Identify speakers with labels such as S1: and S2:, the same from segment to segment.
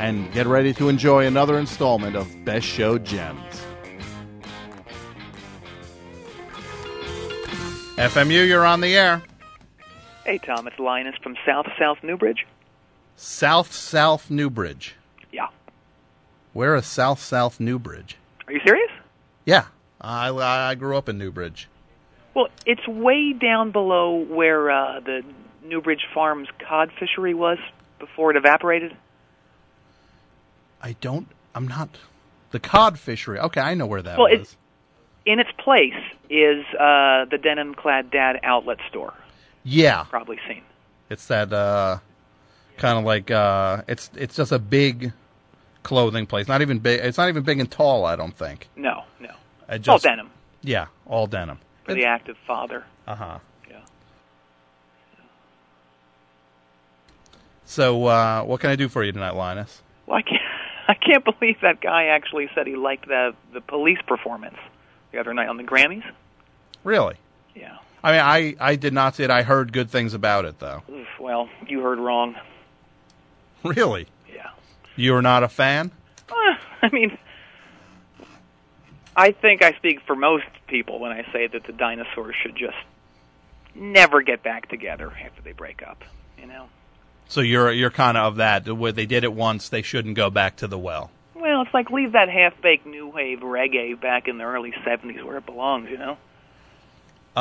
S1: and get ready to enjoy another installment of Best Show Gems. FMU, you're on the air.
S2: Hey, Tom, it's Linus from South South Newbridge.
S1: South South Newbridge.
S2: Yeah.
S1: Where is South South Newbridge?
S2: Are you serious?
S1: Yeah, I, I grew up in Newbridge.
S2: Well, it's way down below where uh, the Newbridge Farms cod fishery was before it evaporated.
S1: I don't. I'm not. The cod fishery. Okay, I know where that
S2: Well, it-
S1: was.
S2: In its place is uh, the Denim Clad Dad outlet store.
S1: Yeah,
S2: Probably seen.
S1: it's that uh, kind of like uh, it's it's just a big clothing place. Not even big. It's not even big and tall. I don't think.
S2: No, no.
S1: I
S2: All
S1: just,
S2: denim
S1: Yeah, all denim.
S2: for the active father.
S1: Uh huh.
S2: Yeah.
S1: So, uh, what can I do for you tonight, Linus?
S2: Well, I can't, I can't believe that guy actually said he liked the the police performance the other night on the Grammys.
S1: Really?
S2: Yeah.
S1: I mean, I I did not see it. I heard good things about it, though.
S2: Oof, well, you heard wrong.
S1: Really?
S2: Yeah.
S1: You're not a fan?
S2: Uh, I mean, I think I speak for most people when I say that the dinosaurs should just never get back together after they break up. You know.
S1: So you're you're kind of of that where they did it once, they shouldn't go back to the well.
S2: Well, it's like leave that half-baked new wave reggae back in the early '70s where it belongs. You know.
S1: Uh,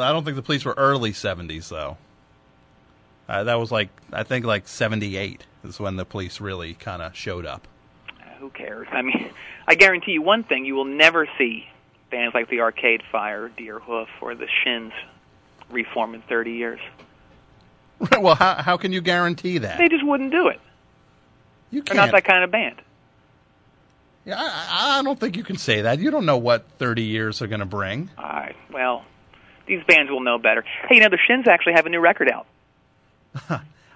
S1: I don't think the police were early '70s though. Uh, that was like I think like '78 is when the police really kind of showed up.
S2: Uh, Who cares? I mean, I guarantee you one thing: you will never see bands like the Arcade Fire, Deer Hoof, or the Shins reform in 30 years.
S1: well, how how can you guarantee that?
S2: They just wouldn't do it.
S1: you
S2: They're
S1: can't.
S2: not that kind of band.
S1: Yeah, I, I- I don't think you can say that. You don't know what 30 years are going to bring.
S2: All right. Well, these bands will know better. Hey, you know the Shins actually have a new record out.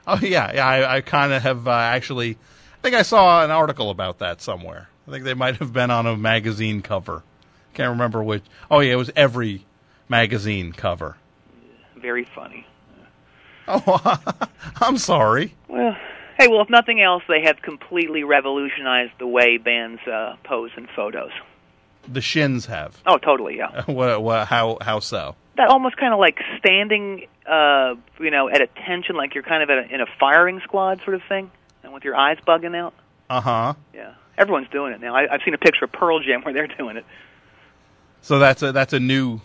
S1: Oh yeah, yeah. I, I kind of have uh, actually. I think I saw an article about that somewhere. I think they might have been on a magazine cover. Can't remember which. Oh yeah, it was every magazine cover.
S2: Very funny.
S1: Oh, I'm sorry.
S2: Well, hey, well, if nothing else, they have completely revolutionized the way bands uh, pose in photos.
S1: The Shins have.
S2: Oh, totally, yeah.
S1: What, what, how? How so?
S2: that almost kind of like standing, uh, you know, at attention, like you're kind of at a, in a firing squad sort of thing, and with your eyes bugging out.
S1: Uh huh.
S2: Yeah, everyone's doing it now. I, I've seen a picture of Pearl Jam where they're doing it.
S1: So that's a that's a new,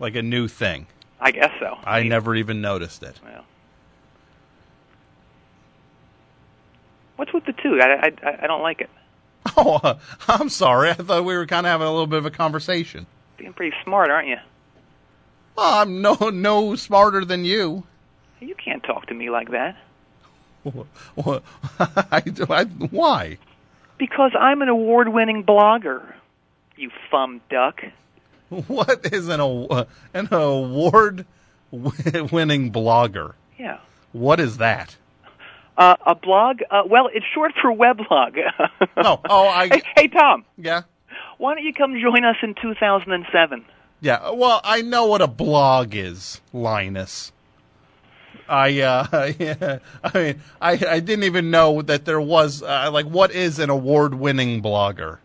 S1: like a new thing.
S2: I guess so.
S1: I never even noticed it.
S2: Well. What's with the two? I, I- I I don't like it.
S1: Oh, uh, I'm sorry. I thought we were kind of having a little bit of a conversation.
S2: Being pretty smart, aren't you?
S1: Well, I'm no no smarter than you.
S2: You can't talk to me like that
S1: Wha- I, do- I, why?
S2: because I'm an award-winning blogger. You fum duck.
S1: What is an aw- an award wi- winning blogger?
S2: Yeah.
S1: What is that?
S2: Uh, a blog? Uh, well, it's short for weblog.
S1: Oh, oh, I
S2: hey, hey, Tom,
S1: yeah,
S2: why don't you come join us in 2007?
S1: yeah. Well, I know what a blog is, Linus. I uh, yeah, I mean, I I didn't even know that there was uh, like what is an award winning blogger?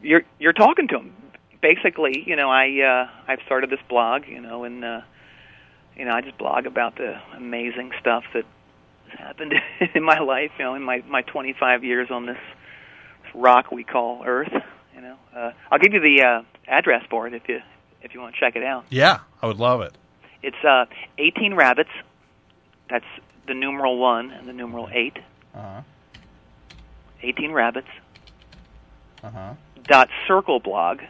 S2: You're you're talking to him. Basically, you know, I uh, I've started this blog, you know, and uh, you know, I just blog about the amazing stuff that has happened in my life, you know, in my my 25 years on this, this rock we call Earth. You know, uh, I'll give you the uh, address for it if you if you want to check it out.
S1: Yeah, I would love it.
S2: It's uh, 18 rabbits. That's the numeral one and the numeral eight.
S1: Uh huh.
S2: 18 rabbits.
S1: Uh huh.
S2: dot circleblog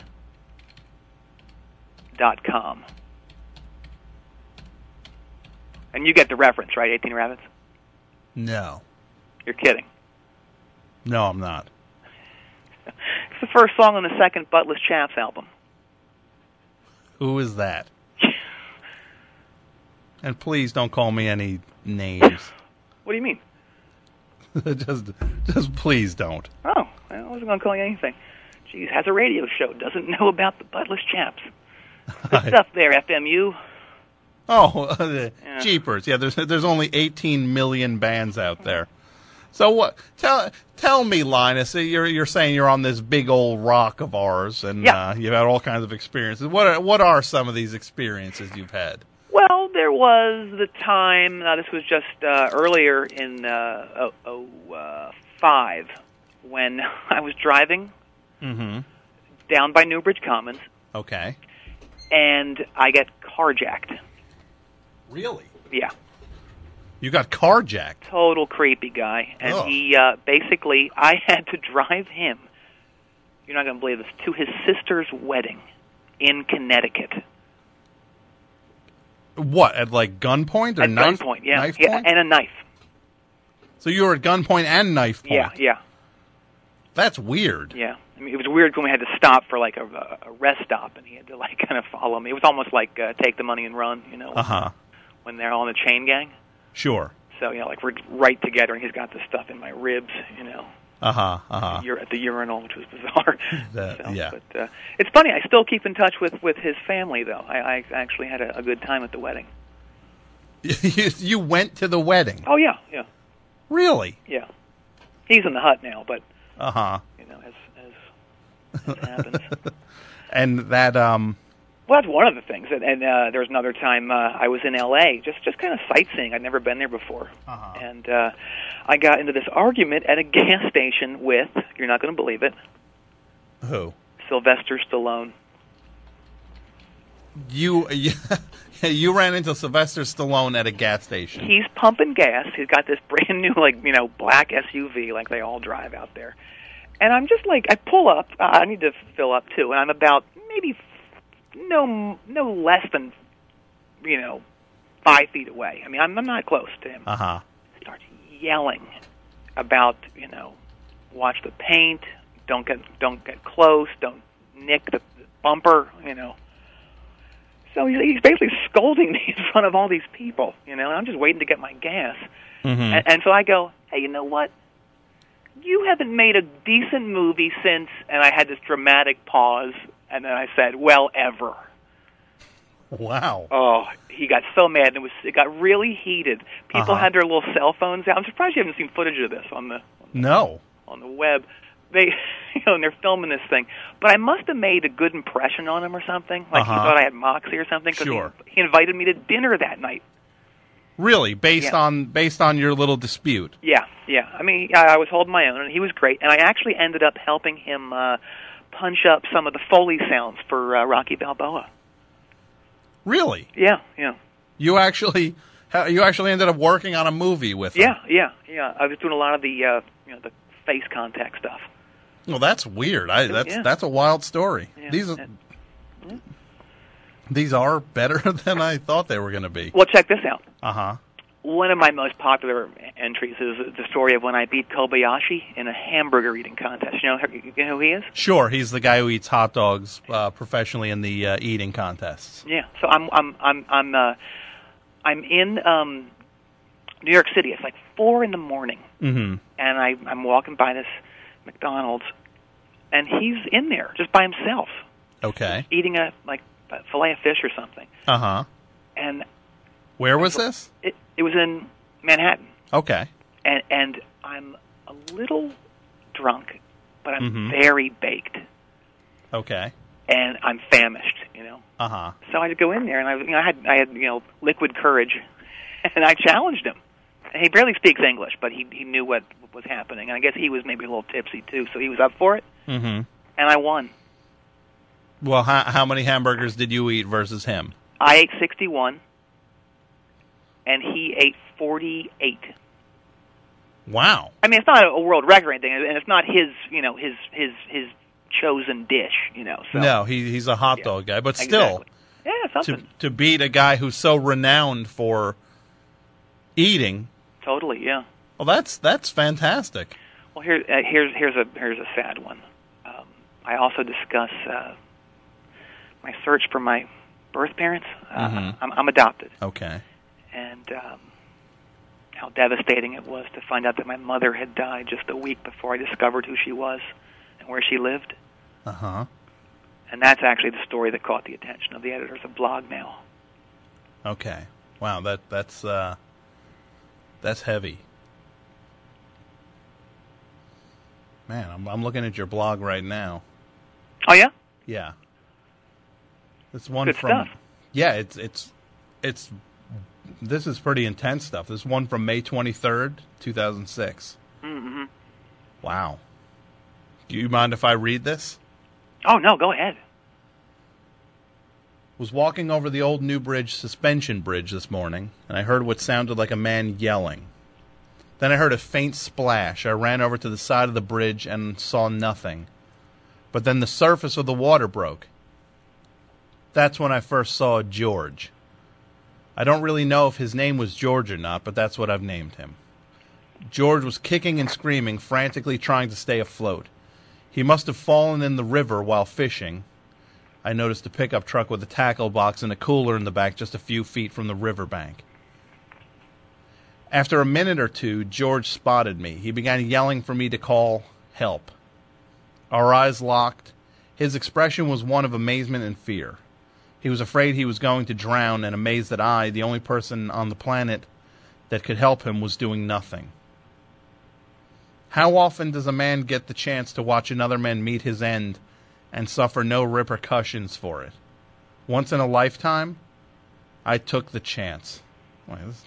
S2: dot com. And you get the reference, right? 18 rabbits.
S1: No,
S2: You're kidding.
S1: No, I'm not.
S2: It's the first song on the second Buttless Chaps album.
S1: Who is that? and please don't call me any names.
S2: What do you mean?
S1: just, just please don't.
S2: Oh, I wasn't going to call you anything. Geez, has a radio show. Doesn't know about the Buttless Chaps. Good stuff there, FMU.
S1: Oh, the
S2: Yeah.
S1: jeepers! Yeah, there's there's only 18 million bands out there. So what? Tell tell me, Linus. You're you're saying you're on this big old rock of ours, and
S2: Yeah.
S1: uh, you've had all kinds of experiences. What are, what are some of these experiences you've had?
S2: Well, there was the time. Now, this was just uh, earlier in uh, oh, oh, uh, 05 when I was driving
S1: Mm-hmm.
S2: down by Newbridge Commons
S1: Okay.
S2: and I got carjacked.
S1: Really?
S2: Yeah,
S1: You got carjacked?
S2: total creepy guy. And
S1: Ugh.
S2: he uh, basically, I had to drive him. You're not going to believe this to his sister's wedding in Connecticut
S1: What at like gunpoint or
S2: at
S1: knife
S2: gunpoint. Yeah,
S1: knife
S2: yeah,
S1: point?
S2: and a knife.
S1: so you were at gunpoint and knife point.
S2: Yeah, yeah.
S1: That's weird.
S2: Yeah, I mean, it was weird when we had to stop for like a, a rest stop, and he had to like kind of follow me. It was almost like uh, take the money and run, you know,
S1: Uh huh.
S2: when they're all in a chain gang.
S1: Sure.
S2: So you know, like we're right together, and he's got this stuff in my ribs, you know,
S1: Uh huh. Uh huh.
S2: you're at the urinal, which was bizarre.
S1: That-
S2: so,
S1: yeah.
S2: but uh, it's funny. I still keep in touch with with his family, though. I, I actually had a, a good time at the wedding.
S1: you, you went to the wedding.
S2: Oh yeah, yeah,
S1: Really?
S2: yeah. He's in the hut now, but
S1: Uh huh.
S2: you know, as as, as happens.
S1: And that um
S2: Well, that's one of the things. And, and uh, there was another time uh, I was in L.A. just just kind of sightseeing. I'd never been there before,
S1: Uh-huh.
S2: and uh, I got into this argument at a gas station with you're not going to believe it,
S1: who
S2: Sylvester Stallone.
S1: you you, you ran into Sylvester Stallone at a gas station.
S2: He's pumping gas. He's got this brand new like you know black SUV like they all drive out there, and I'm just like I pull up. Uh, I need to fill up too, and I'm about maybe f- no no less than you know five feet away. I mean I'm, I'm not close to him.
S1: uh huh.
S2: starts yelling about you know watch the paint don't get don't get close don't nick the, the bumper you know so he's, he's basically scolding me in front of all these people you know and i'm just waiting to get my gas and, and so i go hey you know what you haven't made a decent movie since and i had this dramatic pause and then i said well ever
S1: Wow.
S2: Oh, he got so mad and it was it got really heated. People
S1: Uh-huh.
S2: had their little cell phones out. I'm surprised you haven't seen footage of this on the
S1: No.
S2: on the web. They you know, and they're filming this thing. But I must have made a good impression on him or something. Like he
S1: Uh-huh.
S2: thought I had moxie or something he-
S1: Sure.
S2: he, invited me to dinner that night.
S1: Really? Based
S2: Yeah.
S1: on based on your little dispute.
S2: Yeah, yeah. I mean, I, I was holding my own and he was great and I actually ended up helping him uh punch up some of the foley sounds for uh, Rocky Balboa.
S1: Really?
S2: Yeah, yeah.
S1: You actually ha- you actually ended up working on a movie with him.
S2: Yeah, yeah, yeah. I was doing a lot of the uh, you know, the face contact stuff.
S1: Well, that's weird. I that's
S2: Yeah.
S1: that's a wild story.
S2: Yeah.
S1: These are,
S2: And-
S1: these are better than I thought they were going to be.
S2: Well, check this out.
S1: Uh huh.
S2: One of my most popular entries is the story of when I beat Kobayashi in a hamburger eating contest. You know, you know who he is?
S1: Sure, he's the guy who eats hot dogs uh, professionally in the uh, eating contests.
S2: Yeah. So I'm I'm I'm I'm uh, I'm in um, New York City. It's like four in the morning,
S1: Mm-hmm.
S2: and I I'm walking by this McDonald's, and he's in there just by himself
S1: Okay.
S2: eating a like a fillet of fish or something,
S1: Uh huh.
S2: and
S1: Where was this?
S2: it it was in Manhattan.
S1: Okay.
S2: and and I'm a little drunk, but I'm
S1: Mhm.
S2: very baked
S1: Okay.
S2: and I'm famished, you know.
S1: Uh huh.
S2: So I go in there and I, you know, I had I had you know liquid courage, and I challenged him. And he barely speaks English, but he he knew what was happening, and I guess he was maybe a little tipsy too, so he was up for it,
S1: Mm-hmm.
S2: and I won.
S1: Well, how, how many hamburgers did you eat versus him?
S2: I ate 61, and he ate 48.
S1: Wow.
S2: I mean, it's not a world record or anything, and it's not his you know his his his chosen dish, you know. So
S1: No, he, he's a hot
S2: Yeah.
S1: dog guy, but still,
S2: Exactly. yeah, something.
S1: to to beat a guy who's so renowned for eating,
S2: Totally, yeah.
S1: well, that's that's fantastic.
S2: Well, here, uh, here's here's a here's a sad one. Um, I also discuss uh, my search for my birth parents. Uh,
S1: Mhm.
S2: I'm, I'm adopted,
S1: Okay.
S2: and um, how devastating it was to find out that my mother had died just a week before I discovered who she was and where she lived.
S1: Uh huh.
S2: And that's actually the story that caught the attention of the editors of Blog Now.
S1: Okay. Wow. That that's uh, that's heavy. Man, I'm I'm looking at your blog right now.
S2: Oh yeah,
S1: Yeah. This one
S2: Good
S1: from
S2: stuff.
S1: Yeah, it's it's it's this is pretty intense stuff. This one from May 23rd, 2006.
S2: hmm
S1: Wow. Do you mind if I read this?
S2: Oh no, go ahead.
S1: was walking over the old New Bridge suspension bridge this morning, and I heard what sounded like a man yelling. Then I heard a faint splash. I ran over to the side of the bridge and saw nothing. But then the surface of the water broke. That's when I first saw George. I don't really know if his name was George or not, but that's what I've named him. George was kicking and screaming, frantically trying to stay afloat. He must have fallen in the river while fishing, I noticed a pickup truck with a tackle box and a cooler in the back just a few feet from the riverbank. After a minute or two, George spotted me. He began yelling for me to call help. Our eyes locked. His expression was one of amazement and fear. He was afraid he was going to drown and amazed that I, the only person on the planet that could help him, was doing nothing. How often does a man get the chance to watch another man meet his end and suffer no repercussions for it? Once in a lifetime, I took the chance. Why, this-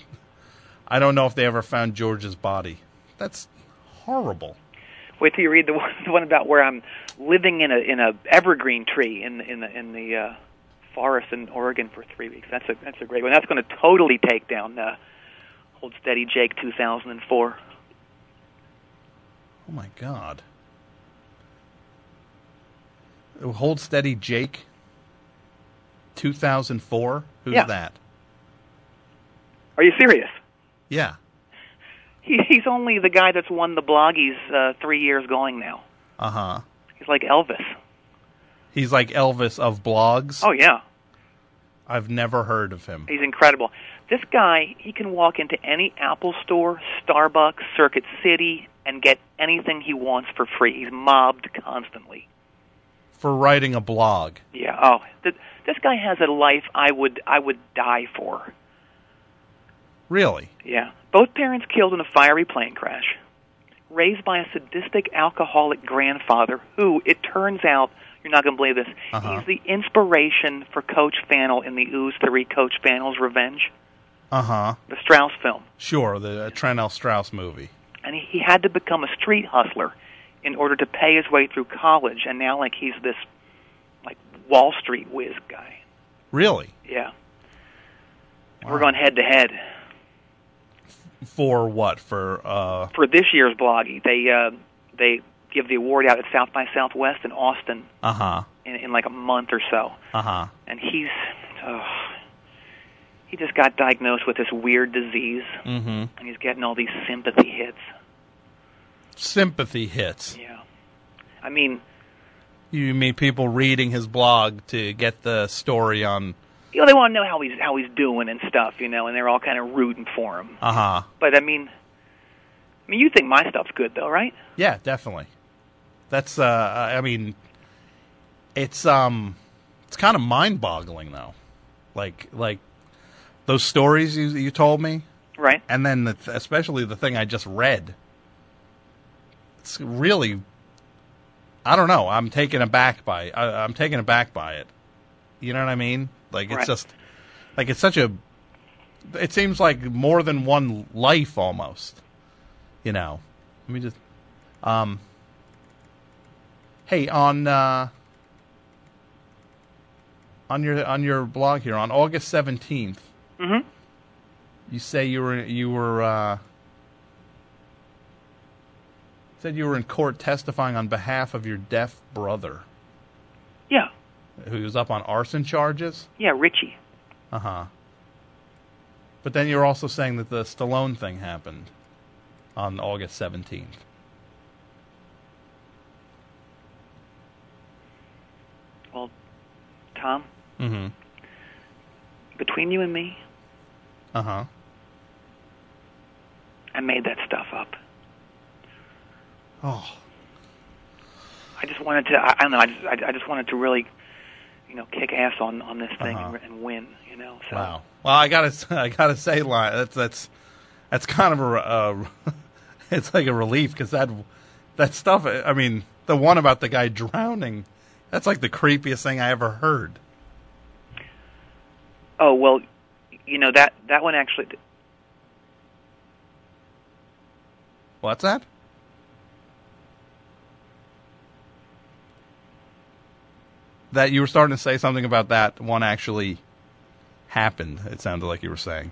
S1: I don't know if they ever found George's body. That's horrible.
S2: Wait till you read the one, the one about where I'm living in a in a evergreen tree in in the in the uh, forest in Oregon for three weeks. That's a that's a great one. That's going to totally take down uh, Hold Steady Jake 2004.
S1: Oh my god. Hold steady, Jake. 2004. Who's
S2: Yeah.
S1: that?
S2: Are you serious?
S1: Yeah.
S2: He, he's only the guy that's won the bloggies uh, three years going now.
S1: Uh huh.
S2: He's like Elvis.
S1: He's like Elvis of blogs.
S2: Oh yeah,
S1: I've never heard of him.
S2: he's incredible. This guy, he can walk into any Apple store, Starbucks, Circuit City, and get anything he wants for free. He's mobbed constantly.
S1: For writing a blog.
S2: Yeah. Oh, th- this guy has a life I would I would die for.
S1: Really?
S2: Yeah. Both parents killed in a fiery plane crash. Raised by a sadistic alcoholic grandfather who, it turns out, you're not going to believe this,
S1: Uh-huh.
S2: he's the inspiration for Coach Fannell in the Ooze 3 Coach Fannell's Revenge,
S1: Uh huh.
S2: the Strauss film.
S1: Sure, the uh, Trent L. Strauss movie.
S2: And he had to become a street hustler in order to pay his way through college, and now, like, he's this, like, Wall Street whiz guy.
S1: Really?
S2: Yeah.
S1: Wow.
S2: We're going head to head.
S1: For what? For uh
S2: For this year's Bloggy, they, uh, they give the award out at South by Southwest in Austin.
S1: uh huh.
S2: in, in like a month or so,
S1: Uh huh.
S2: and he's oh, he just got diagnosed with this weird disease,
S1: Mm-hmm.
S2: and he's getting all these sympathy hits.
S1: Sympathy hits.
S2: Yeah, I mean,
S1: You mean people reading his blog to get the story on?
S2: you know, they want to know how he's how he's doing and stuff, you know, and they're all kind of rooting for him.
S1: Uh huh.
S2: But I mean, I mean, you think my stuff's good though, right?
S1: Yeah, definitely. That's uh, I mean, it's um, it's kind of mind-boggling though, like like those stories you you told me,
S2: Right.
S1: and then the th- especially the thing I just read. It's really, I don't know. I'm taken aback by. I, I'm taken aback by it. You know what I mean? Like it's
S2: Right.
S1: just, like it's such a. It seems like more than one life almost. You know. Let me just. Um. Hey, on uh, on your on your blog here on August seventeenth,
S2: Mm-hmm.
S1: you say you were you were uh, said you were in court testifying on behalf of your deaf brother
S2: Yeah.
S1: who was up on arson charges.
S2: Yeah, Richie.
S1: Uh huh. But then you're also saying that the Stallone thing happened on August seventeenth.
S2: Tom,
S1: Mm-hmm.
S2: between you and me,
S1: Uh huh.
S2: I made that stuff up.
S1: Oh.
S2: I just wanted to. I, I don't know. I just, I, I just wanted to really, you know, kick ass on on this thing
S1: Uh-huh.
S2: and, and win. You know. So
S1: Wow. Well, I gotta, s- I gotta say, Lion, that's that's that's kind of a, re- uh, it's like a relief because that that stuff. I mean, the one about the guy drowning, that's like the creepiest thing I ever heard.
S2: Oh well, you know that that one actually.
S1: What's that? That you were starting to say something about that one actually happened. It sounded like you were saying.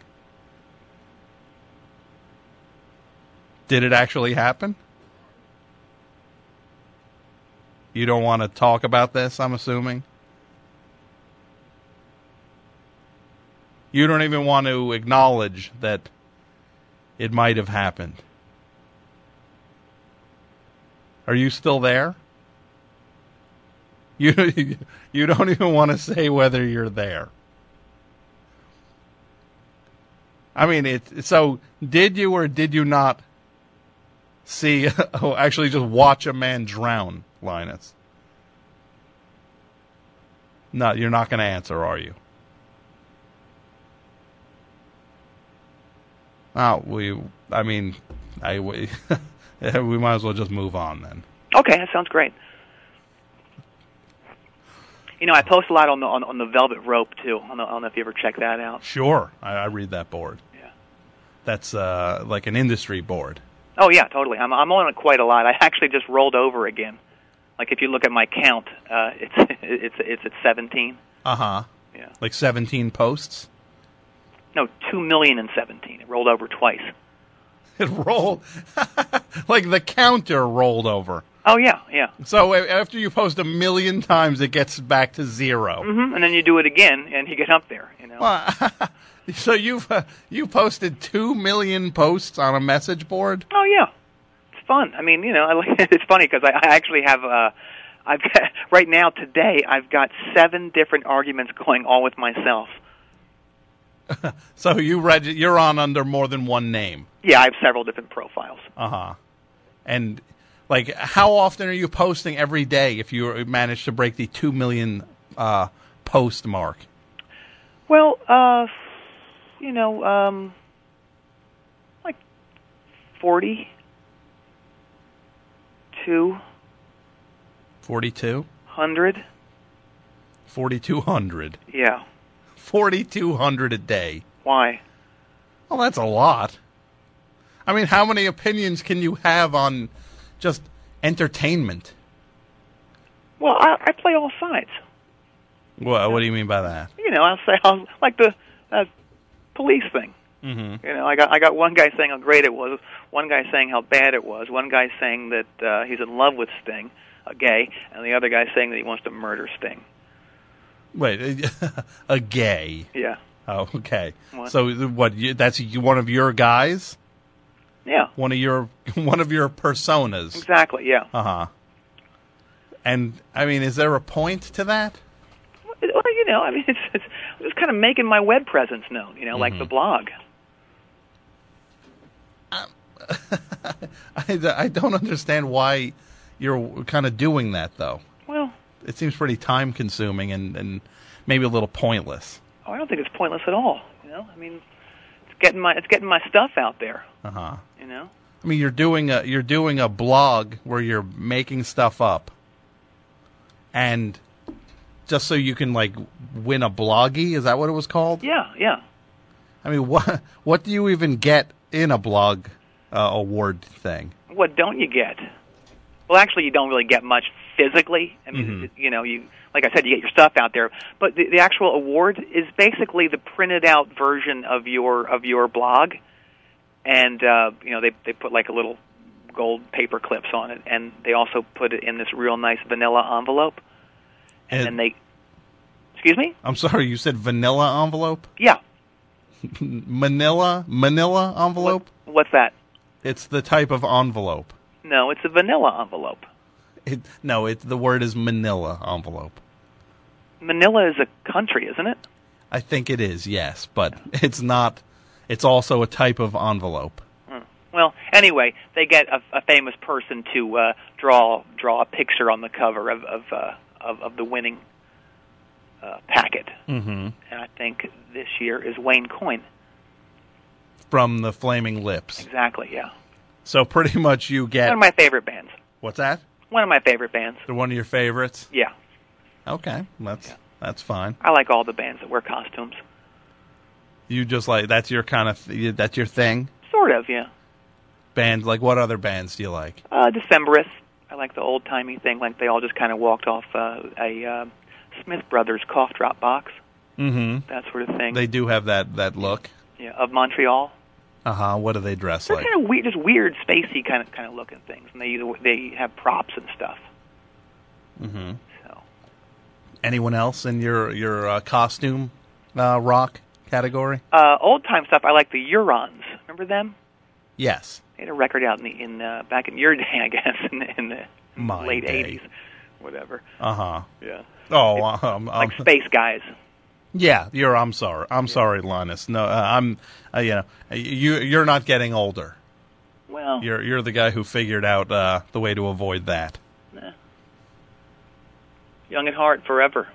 S1: Did it actually happen? You don't want to talk about this, I'm assuming. You don't even want to acknowledge that it might have happened. Are you still there? You you don't even want to say whether you're there. I mean, it. So, did you or did you not see? Oh, actually, just watch a man drown, Linus. No, you're not going to answer, are you? Oh, we. I mean, I. We, we might as well just move on then.
S2: Okay, that sounds great. You know, I post a lot on the on, on the velvet rope too. I don't, know, I don't know if you ever check that out.
S1: Sure, I, I read that board.
S2: Yeah.
S1: That's uh, like an industry board.
S2: Oh yeah, totally. I'm I'm on it quite a lot. I actually just rolled over again. Like if you look at my count, uh, it's it's it's at 17.
S1: Uh huh.
S2: Yeah.
S1: Like 17 posts.
S2: No, two million and 17. It rolled over twice.
S1: It rolled like the counter rolled over.
S2: Oh yeah, yeah.
S1: So a- after you post a million times, it gets back to 0
S2: hmm And then you do it again, and you get up there. You know. Mm-hmm.
S1: Well, so you've uh, you posted two million posts on a message board.
S2: Oh yeah, it's fun. I mean, you know, I, like- it's funny because I, I actually have. Uh, I've got, right now today. I've got seven different arguments going all with myself.
S1: So you reg- you're on under more than one name.
S2: Yeah, I have several different profiles.
S1: Uh huh. And like, how often are you posting every day if you manage to break the two million uh, post mark?
S2: Well, uh, you know, um, like forty two
S1: 42?
S2: hundred.
S1: 4,200.
S2: Yeah.
S1: 4,200 a day.
S2: Why?
S1: Well, that's a lot. I mean, how many opinions can you have on just entertainment?
S2: Well, I, I play all sides.
S1: What, what do you mean by that?
S2: you know, I'll say I'll, like the uh, police thing. Mm-hmm. You know, I got I got one guy saying how great it was, one guy saying how bad it was, one guy saying that uh, he's in love with Sting, a gay, and the other guy saying that he wants to murder Sting.
S1: Wait, a gay.
S2: Yeah,
S1: Oh, okay.
S2: What?
S1: So what? You, that's you- one of your guys,
S2: yeah,
S1: one of your one of your personas.
S2: exactly, yeah.
S1: Uh huh. And I mean, is there a point to that?
S2: Well, you know, I mean, it's, it's I'm just kind of making my web presence known. You know, like the blog.
S1: I, I don't understand why you're kind of doing that though.
S2: Well,
S1: It seems pretty time consuming and, and maybe a little pointless.
S2: oh, I don't think it's pointless at all. You know, I mean, it's getting my it's getting my stuff out there.
S1: Uh huh.
S2: You know.
S1: I mean, you're doing a you're doing a blog where you're making stuff up, and just so you can like win a bloggy. Is that what it was called?
S2: Yeah, yeah.
S1: I mean, what what do you even get in a blog uh, award thing?
S2: what don't you get? Well, actually, you don't really get much physically. I mean, you know, you like I said, you get your stuff out there, but the, the actual award is basically the printed out version of your of your blog, and uh, you know they they put like a little gold paper clips on it, and they also put it in this real nice vanilla envelope, and, then they, excuse me,
S1: I'm sorry, you said vanilla envelope.
S2: yeah,
S1: Manila, Manila envelope.
S2: what's that?
S1: It's the type of envelope.
S2: No, it's a vanilla envelope.
S1: It, no, it, the word is Manila envelope.
S2: Manila is a country, isn't it?
S1: I think it is, yes, but it's not. It's also a type of envelope.
S2: Well, anyway, they get a, a famous person to uh, draw draw a picture on the cover of of uh, of, of the winning uh, packet,
S1: Mm-hmm.
S2: and I think this year is Wayne Coyne.
S1: From the Flaming Lips.
S2: Exactly, yeah.
S1: So pretty much you
S2: One
S1: get
S2: of my favorite bands.
S1: what's that?
S2: One of my favorite bands.
S1: The one of your favorites?
S2: Yeah,
S1: Okay, that's that's fine.
S2: I like all the bands that wear costumes.
S1: You just like that's your kind of that's your thing.
S2: Sort of, yeah.
S1: Band like what other bands do you like?
S2: Uh, Decemberists. I like the old timey thing, like they all just kind of walked off uh, a uh, Smith Brothers cough drop box,
S1: Mm-hmm.
S2: that sort of thing.
S1: They do have that that look.
S2: yeah, of Montreal.
S1: Uh huh. What do they dress
S2: They're
S1: like?
S2: kind of weird, just weird, spacey kind of kind of looking things, and they either, they have props and stuff.
S1: Mm-hmm.
S2: So
S1: Anyone else in your your uh, costume uh, rock category?
S2: uh, old time stuff. I like the Eurons. Remember them?
S1: Yes.
S2: They had a record out in the in uh, back in your day, I guess, in the, in the
S1: My
S2: late
S1: day.
S2: '80s, whatever.
S1: Uh huh.
S2: Yeah,
S1: Oh, um, um,
S2: like Space Guys.
S1: yeah. You're. I'm sorry. I'm sorry, Linus. No, uh, I'm. Uh, you know, you you're not getting older.
S2: Well,
S1: You're you're the guy who figured out uh, the way to avoid that.
S2: nah. young at heart, forever.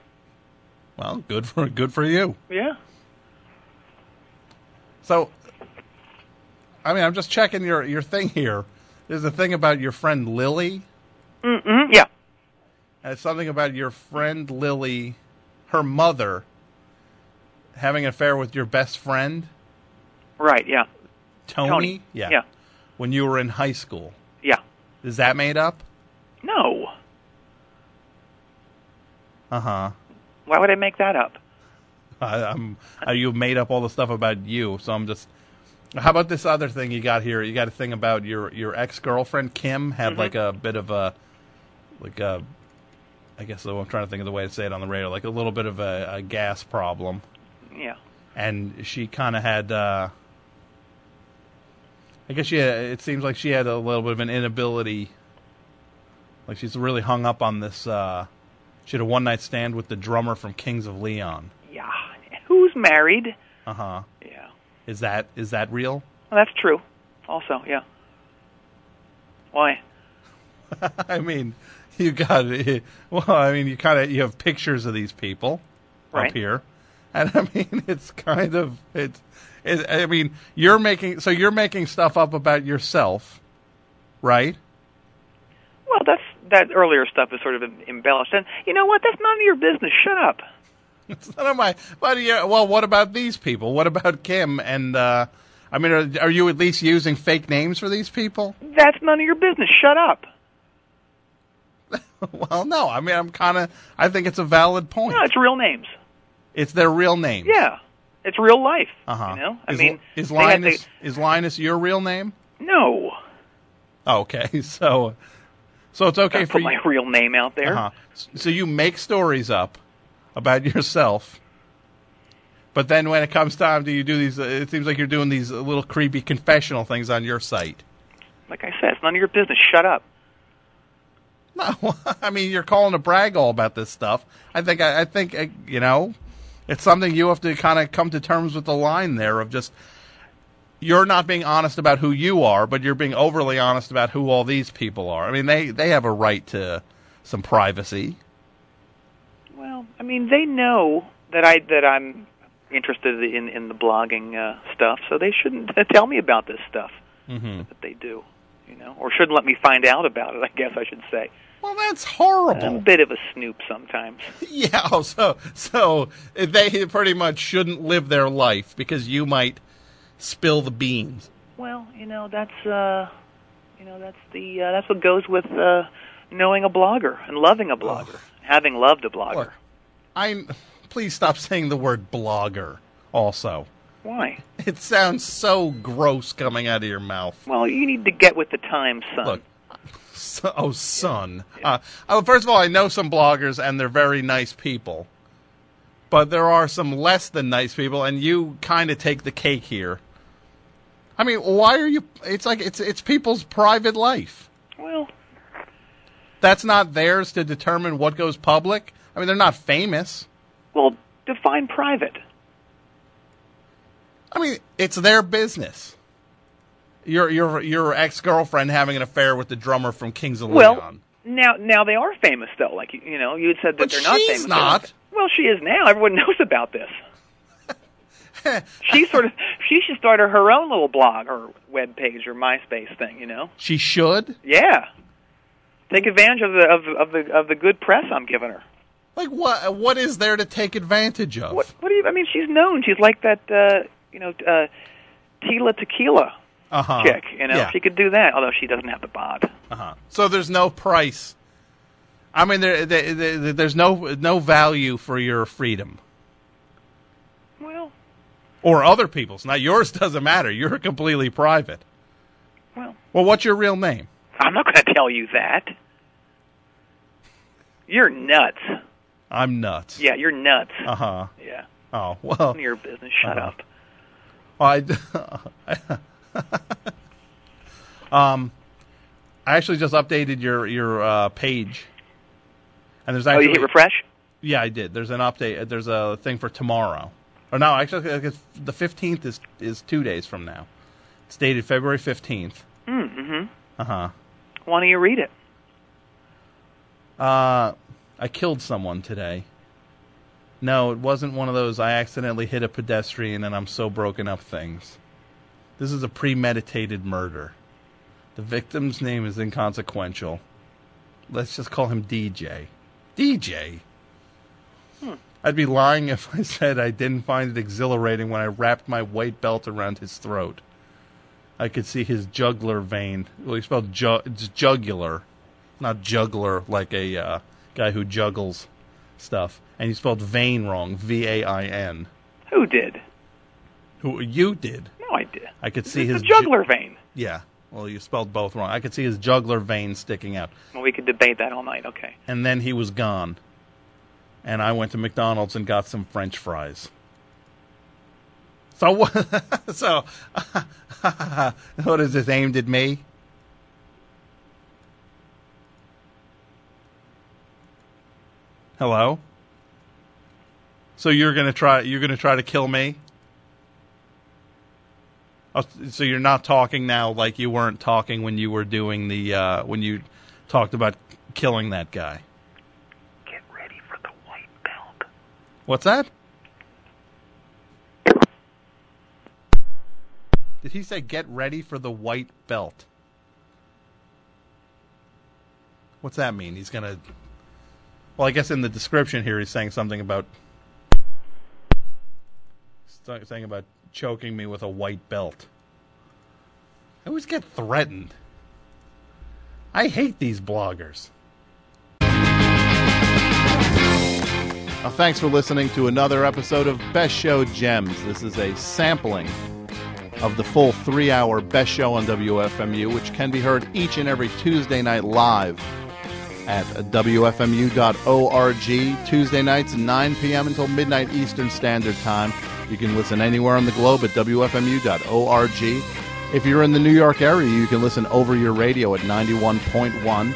S1: Well, good for good for you.
S2: Yeah.
S1: So, I mean, I'm just checking your your thing here. There's a thing about your friend Lily.
S2: Mm-mm, Mm-hmm, yeah.
S1: And it's something about your friend Lily, her mother, having an affair with your best friend
S2: Right. Yeah.
S1: Tony.
S2: Tony.
S1: Yeah.
S2: Yeah.
S1: When you were in high school,
S2: Yeah.
S1: is that made up?
S2: No.
S1: Uh huh.
S2: Why would I make that up?
S1: I'm uh, you made up all the stuff about you, so I'm just. How about this other thing you got here? You got a thing about your your ex girlfriend Kim had like a bit of a like a. I guess I'm trying to think of the way to say it on the radio, like a little bit of a, a gas problem.
S2: Yeah.
S1: and she kind of had uh i guess she had, it seems like she had a little bit of an inability like she's really hung up on this uh she had a one night stand with the drummer from kings of leon
S2: Yeah. Who's married?
S1: uh-huh
S2: Yeah.
S1: is that is that real
S2: Well, that's true. Also, yeah. Why?
S1: i mean you got it well i mean you kind of you have pictures of these people
S2: Right.
S1: up here and i mean it's kind of it's it, i mean you're making so you're making stuff up about yourself right
S2: Well, that's that earlier stuff is sort of em- embellished, and you know what? That's none of your business. Shut up.
S1: It's none of my. But yeah, well, what about these people? What about Kim? And uh, I mean, are, are you at least using fake names for these people?
S2: That's none of your business. Shut up.
S1: well, no. I mean, I'm kind of. I think it's a valid point.
S2: No, it's real names.
S1: It's their real name.
S2: Yeah, it's real life.
S1: Uh-huh.
S2: You know, I
S1: is,
S2: mean,
S1: is
S2: they had
S1: Linus is Linus your real name?
S2: to- no,
S1: Oh, okay, so so it's okay
S2: Don't
S1: for
S2: put
S1: you.
S2: my real name out there.
S1: Uh-huh. So you make stories up about yourself, but then when it comes time to you do these, uh, it seems like you're doing these uh, little creepy confessional things on your site.
S2: Like I said, it's none of your business. Shut up.
S1: No, I mean you're calling to brag all about this stuff. I think I, I think uh, you know, it's something you have to kind of come to terms with the line there of just you're not being honest about who you are, but you're being overly honest about who all these people are. I mean they they have a right to some privacy.
S2: Well, I mean, they know that I that I'm interested in in the blogging uh, stuff, so they shouldn't tell me about this stuff
S1: Mm-hmm.
S2: that they do, you know, or shouldn't let me find out about it. I guess I should say.
S1: Well, that's
S2: I'm a
S1: horrible.
S2: bit of a snoop sometimes.
S1: yeah. oh, So so they pretty much shouldn't live their life because you might spill the beans.
S2: Well, you know, that's uh, you know, that's the uh, that's what goes with uh, knowing a blogger and loving a blogger, having loved a blogger.
S1: Look, I'm. Please stop saying the word blogger. Also,
S2: Why?
S1: it sounds so gross coming out of your mouth.
S2: Well, you need to get with the times, son.
S1: Look, so, oh son. Uh, oh, first of all, I know some bloggers and they're very nice people, but there are some less than nice people, and you kind of take the cake here. I mean, why are you? It's like it's it's people's private life.
S2: Well,
S1: That's not theirs to determine what goes public. I mean, they're not famous.
S2: Well, define private.
S3: I mean, it's their business. Your your your ex girlfriend having an affair with the drummer from Kings of
S2: Well,
S3: Leon.
S2: now now they are famous though. Like you, you know, you had said that
S3: But
S2: they're not
S3: she's
S2: famous. They're
S3: not.
S2: Well, she is now. Everyone knows about this. she sort of she should start her- her own little blog or web page or MySpace thing. You know.
S3: She should.
S2: Yeah. Take advantage of the of, of the of the good press I'm giving her.
S3: Like what? What is there to take advantage of?
S2: What what do you? I mean, she's known. She's like that. Uh, you know, uh, Tila Tequila
S3: Uh-huh.
S2: chick. You know,
S3: Yeah.
S2: she could do that. Although she doesn't have the bod.
S3: Uh-huh. So there's no price. I mean, there, there, there, there's no no value for your freedom
S2: Well,
S3: or other people's. Now yours doesn't matter. You're completely private.
S2: well.
S3: Well, what's your real name?
S2: I'm not going to tell you that. You're nuts.
S3: I'm nuts.
S2: Yeah, you're nuts.
S3: Uh huh.
S2: Yeah.
S3: Oh well.
S2: None of your business. Shut
S3: Uh-huh.
S2: up.
S3: I. um, I actually just updated your your uh, page, and there's
S2: Oh,
S3: actually
S2: you hit refresh?
S3: Yeah, I did. There's an update. uh, There's a thing for tomorrow. Or no, actually, I guess the fifteenth is is two days from now. It's dated February fifteenth. Mm-hmm. Uh
S2: Why don't you read it?
S3: huh. Uh, I killed someone today. No, it wasn't one of those. I accidentally hit a pedestrian and I'm so broken up things. This is a premeditated murder. The victim's name is inconsequential. Let's just call him DJ. DJ. I'd be lying if I said I didn't find it exhilarating when I wrapped my white belt around his throat. I could see his jugular vein. Well, he spelled ju- it's jugular, not juggler, like a uh, guy who juggles stuff. And he spelled vein wrong, V-A-I-N.
S2: Who did?
S3: Who you did?
S2: No, I did.
S3: I could see
S2: It's
S3: his
S2: a
S3: ju-
S2: juggler vein.
S3: yeah. Well, you spelled both wrong. I could see his jugular vein sticking out.
S2: Well, we could debate that all night. Okay.
S3: And then he was gone. And I went to McDonald's and got some French fries. So what? so what is this aimed at me? Hello. So you're gonna try? You're gonna try to kill me? Oh, so you're not talking now like you weren't talking when you were doing the uh, when you talked about killing that guy.
S2: Get ready for the white belt.
S3: What's that? Did he say get ready for the white belt? What's that mean? He's gonna. Well, I guess in the description here he's saying something about st- saying about choking me with a white belt. I always get threatened. I hate these bloggers.
S1: Uh, thanks for listening to another episode of Best Show Gems. This is a sampling of the full three hour Best Show on WFMU, which can be heard each and every Tuesday night live at WFMU.org. Tuesday nights, 9 p.m. until midnight Eastern Standard Time. You can listen anywhere on the globe at WFMU.org. If you're in the New York area, you can listen over your radio at 91.1.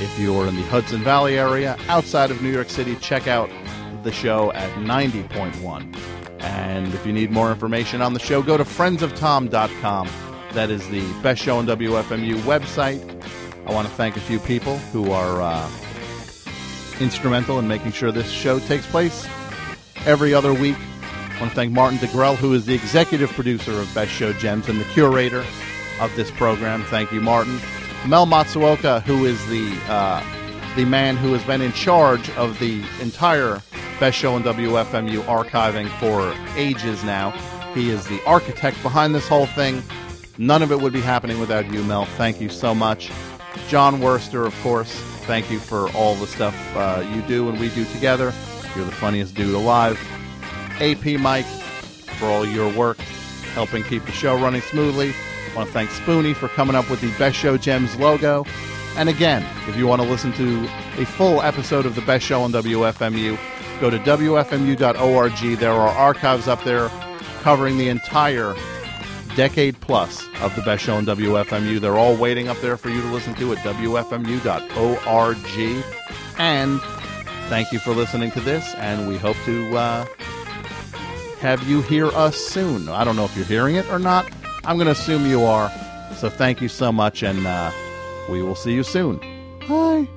S1: If you're in the Hudson Valley area outside of New York City, check out the show at 90.1. And if you need more information on the show, go to friendsoftom.com. That is the best show on WFMU website. I want to thank a few people who are uh, instrumental in making sure this show takes place every other week. I want to thank Martin DeGrell, who is the executive producer of Best Show Gems and the curator of this program. Thank you, Martin. Mel Matsuoka, who is the uh, the man who has been in charge of the entire Best Show and WFMU archiving for ages now. He is the architect behind this whole thing. None of it would be happening without you, Mel. Thank you so much. John Worster, of course, thank you for all the stuff uh, you do and we do together. You're the funniest dude alive. AP Mike for all your work helping keep the show running smoothly. I want to thank Spoonie for coming up with the Best Show Gems logo. And again, if you want to listen to a full episode of the Best Show on WFMU, go to WFMU.org. There are archives up there covering the entire decade plus of the best show on WFMU. They're all waiting up there for you to listen to at WFMU.org. And Thank you for listening to this, and we hope to uh, have you hear us soon. I don't know if you're hearing it or not. I'm going to assume you are. So thank you so much, and uh, we will see you soon. Bye.